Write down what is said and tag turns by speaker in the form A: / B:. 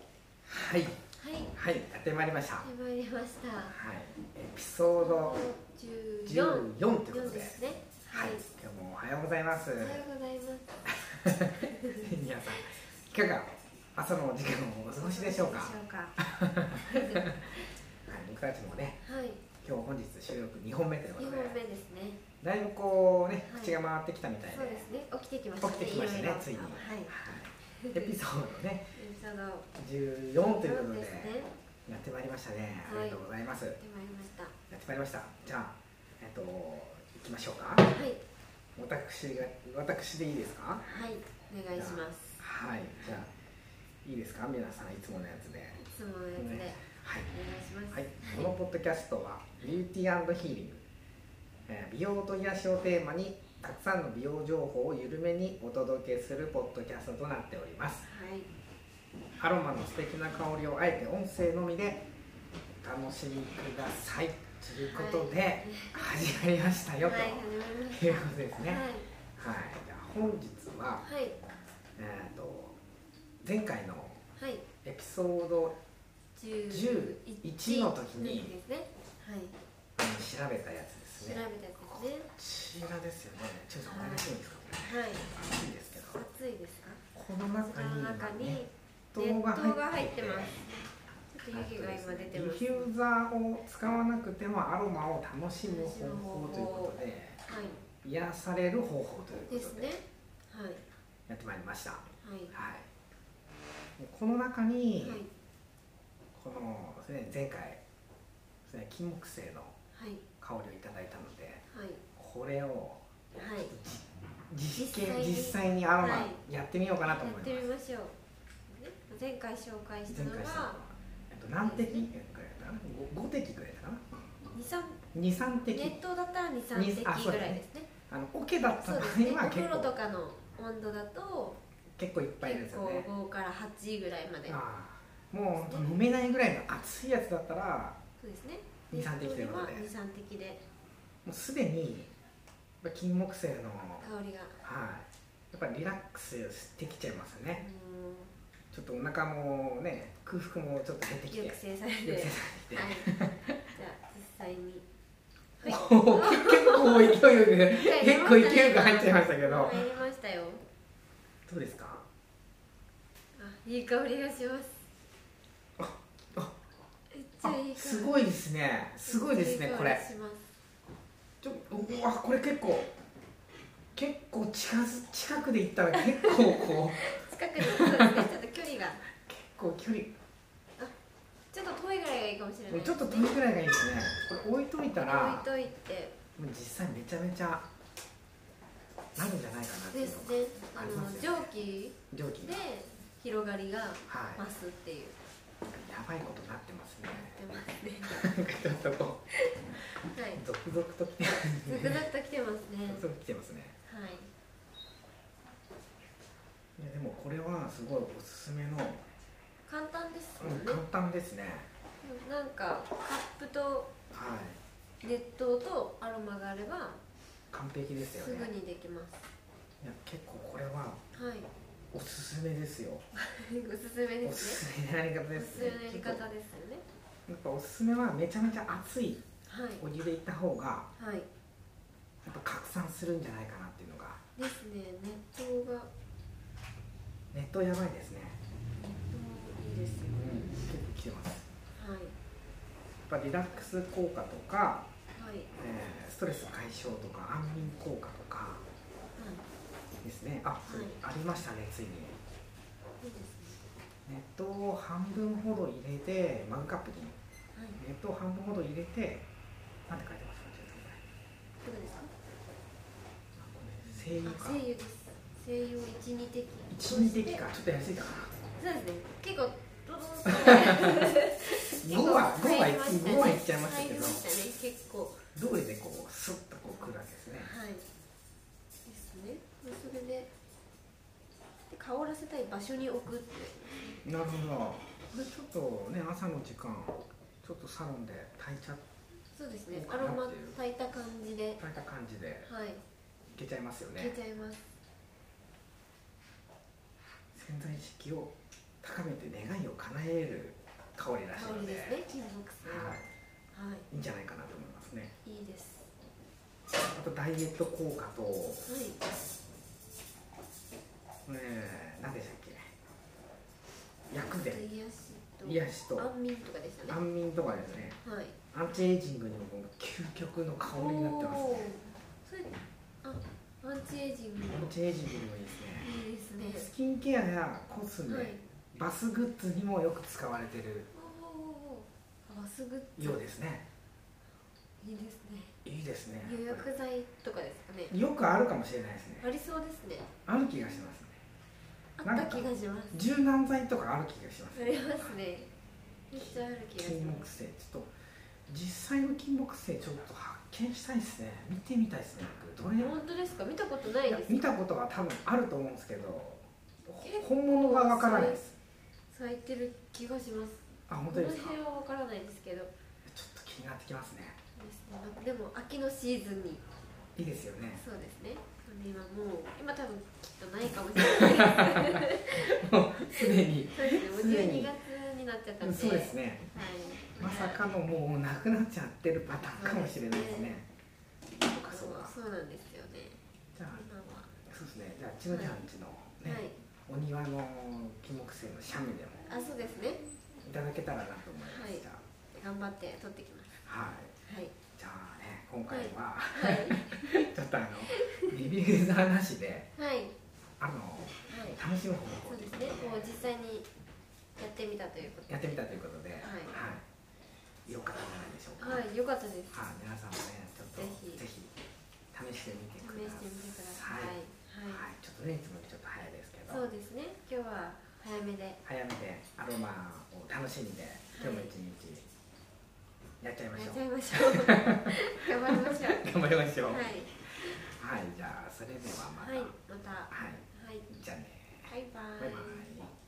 A: はい
B: はい、や
A: はいやってまいりましたは
B: ってまいりました。
A: いエピソード
B: 十四。
A: 14というこ
B: 四
A: とで
B: ですね。
A: は
B: はいい。
A: 今日もおはようございます
B: おはようございます。
A: 皆さんいかが朝のお時間をお過ごしでしょうか
B: ど
A: はい
B: でしょうか。
A: 僕たちもね
B: はい。
A: 今日本日収録2本目というこ
B: 二
A: と
B: 本
A: で
B: 目ですね。
A: だいぶこうね
B: はい
A: 口が回ってきたみたいで
B: そうですね。起きてきまし
A: 起
B: た
A: き
B: ね。
A: てきました
B: いろ
A: ね
B: いろ
A: ついに
B: は。
A: はいいエピソードね
B: その
A: 14ということ
B: そう
A: で
B: ですね。
A: や
B: やっ
A: ってまいりましたねあ
B: はい
A: りがとうございますや
B: てまいりました。
A: ってまいりましたじゃあえっと行きましょうか
B: はい。
A: 私が私でいいですか
B: はい。お願いします。
A: はいじゃあいいですか皆さんいつものやつで
B: いつものやつでお願い
A: ねはい、
B: します。
A: はい、このポッドキャストはビューティーヒーリングえー美容と癒しをテーマにたくさんの美容情報を緩めにお届けするポッドキャストとなっております
B: はい。
A: アロマの素敵な香りをあえて音声のみでお楽しみくださいということで、
B: はい
A: 始まりましたよと、
B: はい。
A: い、
B: 始まりま
A: う
B: し
A: ことです
B: た。
A: ね、
B: は。
A: はい、じゃあ本日はい
B: はい。
A: えー、と前回の
B: はい。
A: エピソード
B: 十
A: 11の時に
B: ですね。はい。
A: 調べたやつです
B: 調べ
A: ね
B: た
A: こ
B: やつですね。
A: ちらですよねちょっとお願いしてもいいですかこ
B: は
A: れ
B: い。
A: 熱いですけど
B: 暑いですか？
A: この中
B: この
A: に
B: 中に
A: 熱湯
B: 熱湯が入ってますちょ
A: え
B: っと湯
A: っ
B: 気
A: と
B: が
A: で
B: 今
A: す
B: 出
A: ねデ
B: てま
A: ィ
B: す。
A: フューザーを使わなくてもアロマを楽しむ方法ということで
B: はい。
A: 癒される方法とい
B: で
A: うこ
B: す
A: とで。
B: ねはい
A: やってまいりました、はい、
B: はい
A: この中に、
B: はい
A: このですね前回ですね金木犀の
B: はい
A: 香りをいただいたので
B: はい
A: これを
B: はい。
A: 実
B: 実際
A: 験
B: に
A: 実際にアロ
B: は
A: マやってみようかなと思い
B: やっ
A: ます、
B: てみましょう。ね前回紹介した
A: 前
B: の
A: 回したのは
B: が
A: えっと何滴ぐらいだったかなご 5, 滴ぐらいだったかな
B: 二三
A: 23滴、
B: 熱湯だったら二三滴ぐ
A: 二あそうだね
B: らいですね。
A: あのオケだった
B: そう
A: 場
B: ですね。
A: 合は
B: お
A: 結
B: 風呂と
A: 構
B: かの温度だと
A: 結構いっぱいです
B: 結
A: よね
B: 構五から八ぐらいまで。
A: ああもう飲めないぐらいの熱いやつだったら
B: そうですね。
A: 二三滴ということで
B: 二三滴で
A: もうすでにやっぱ金木犀のはい
B: 香りが。
A: やっぱりリラックスしてきちゃいます
B: う
A: ね
B: ん
A: ちょっとお腹もね空腹もちょっと減ってきて
B: 抑制され
A: 抑
B: て
A: 制。されてきて
B: はい。じゃあ実際に。はい。
A: おー結構勢いが結構勢いが入っちゃいましたけど
B: 入りましたよ。
A: どうですか
B: あ、いい香りがします。
A: あ
B: めっち
A: あ
B: ゃいい香り。
A: すごいですねすごいですねこ
B: めっ
A: れ
B: ちゃいい香りします
A: ちょうわこれ結構結構近づ近くで行ったら結構こう
B: 近くにそうですね。ちょっと距離が
A: 結構距離
B: ちょっと遠いぐらいがいいかもしれないです
A: ちょ
B: ね。
A: っと遠いくらいがいいですねこれ置いといた
B: 置い
A: ら
B: といて
A: もう実際めちゃめちゃなるんじゃないかなっていう
B: ですね。あ
A: あり
B: の
A: ますよね
B: 蒸気
A: 蒸気
B: で
A: が
B: 広がりが
A: はい
B: 増すっていう。
A: やばいことになってますね
B: 出ますね。
A: なんかちょっとこう
B: はい。
A: 続々と来てます
B: 続
A: ね
B: 々と来てますね。
A: 続々来てますね
B: はい。
A: いやでもこれはすごいおすすめの、
B: 簡単ですよ
A: うん、
B: ね
A: 簡。単ですね
B: なんかカップと
A: はい
B: 熱湯とアロマがあれば
A: 完璧ですよ
B: すぐ
A: ね
B: にできます
A: いや結構これは
B: はい
A: おすすめですよ
B: おすすめ
A: お
B: ですすね
A: すめのやり方
B: お
A: ですす
B: すめ
A: ね
B: のやり
A: 結
B: 方ですよね
A: 構やっぱおすすめはめちゃめちゃ熱い
B: はい
A: お湯でいった方が
B: はい
A: やっぱ拡散するんじゃないかなっていうのが
B: ですね熱湯が
A: ネットやばいですね、
B: 熱湯いいですよ
A: うん、結構来てますや
B: はい
A: っぱリラックス効果とか、
B: はいはい
A: えーストレス解消とか安眠効果とかですねあ、そう
B: はい
A: ありましたねついに
B: いいです
A: 熱湯を半分ほど入れてマグカップに
B: ねはい
A: 熱湯を半分ほど入れてなんて書いてますかちょっとこれ
B: どうですか
A: あこれ精油
B: あ
A: か
B: 精油です精油を一二滴
A: 一二滴
B: そ
A: かちょっと安いかな
B: うですね結構ドド ドーンと
A: 5は5は
B: 入りましたね
A: 5はいっちゃいました
B: 入
A: け
B: り
A: ど
B: ましたね結構
A: どれでこうスッとこうくるわけですね
B: はい。ですね。でそれで。で、香らせたい場所に置くって。
A: なるほどこれちょっとね朝の時間ちょっとサロンで炊いちゃっ
B: そうですね
A: 置。く
B: ア
A: なって
B: ロ
A: いう
B: マ炊いた感じで。
A: 炊いた感じで
B: はい。
A: いけちゃいますよ
B: 消え
A: ね
B: ちゃいます。
A: 潜在意識を高めて願いを叶える香りらしい
B: 香
A: の
B: り
A: で
B: ですねキアノックス
A: は、
B: はい
A: いいんじゃないかなと思いますね
B: いいいです
A: あとダイエット効果と
B: はい
A: ねえ何でしたっけ薬
B: 癒
A: 膳
B: しと
A: 癒しと
B: 安眠とかでしたね
A: 安眠とかですね
B: はい
A: アンチエイジングにも究極の香りになってます
B: おー
A: ね
B: それあアンチエイジング
A: アンチエイジングにもいいですね
B: いいですね
A: スキンケアやコスメ、
B: はい
A: バスグッズにもよく使われてる
B: おーバスグッズ
A: ようですね
B: いいですね
A: いいですね
B: 予約剤とかですかね
A: よくあるかもしれないですね
B: ありそうですね
A: ある気がしますね
B: あっ
A: なん
B: た
A: か
B: 気がします
A: 柔軟剤とかある気がします
B: ありますねめっちゃある気がし
A: 金
B: ま
A: 木犀ちょっと実際の金木犀ちょっと発見したいですね見てみたいですね僕どれ
B: す本当ですか見たことな
A: い
B: い
A: や
B: です
A: 見たことは多分あると思うんですけど
B: 結構
A: 本物がわからないです
B: 咲いてる気がします
A: あ本
B: こ
A: 当
B: の
A: ですかちょ
B: 辺はわからないですけど
A: っと気になってきますね
B: ですねなんかでも秋のシーズンに
A: いいですよね
B: そうですね今もう今多分きっとないかもしれない
A: すでに
B: そうですねもう
A: すで
B: 12
A: に
B: 月になっちゃったんで
A: そうですね
B: はい
A: まさかのもうなくなっちゃってるパターンかもしれないですねそうかそうか
B: そうなんですよね
A: じゃあ
B: 今は
A: そうですねじゃあちのちゃんちのね、
B: はい
A: お庭の金木犀のシャムでも
B: あそうですね
A: いただけたらなと思いま
B: はい
A: した、
B: 頑張って取ってきます
A: はい
B: はい
A: じゃあね今回は、
B: はい
A: ちょっとあのリビューザーなしで
B: はいはい
A: あの楽しむ方
B: そ
A: 法
B: うですねもう実際にやってみたということで
A: やってみたということで、はい良かったんじゃないでしょうか、
B: はい良かったです試
A: はい皆さんもねちょっと
B: ぜひ
A: ぜひ試してみて
B: して
A: く
B: みて
A: ださい
B: ください
A: は
B: はい、
A: い、ちょっとねいつもよりちょっと早いですけど
B: そうですね今日は早めで
A: 早めでアロマを楽しんで今日も一日やっちゃいましょ
B: やっ
A: う
B: ちゃい、ましょう頑張りましょう
A: 頑張りましょう
B: は
A: はいい、、じゃあそれではまた
B: はい、また、は
A: はい、
B: い、
A: じゃあね
B: バイバ
A: バ
B: イ。
A: イバイ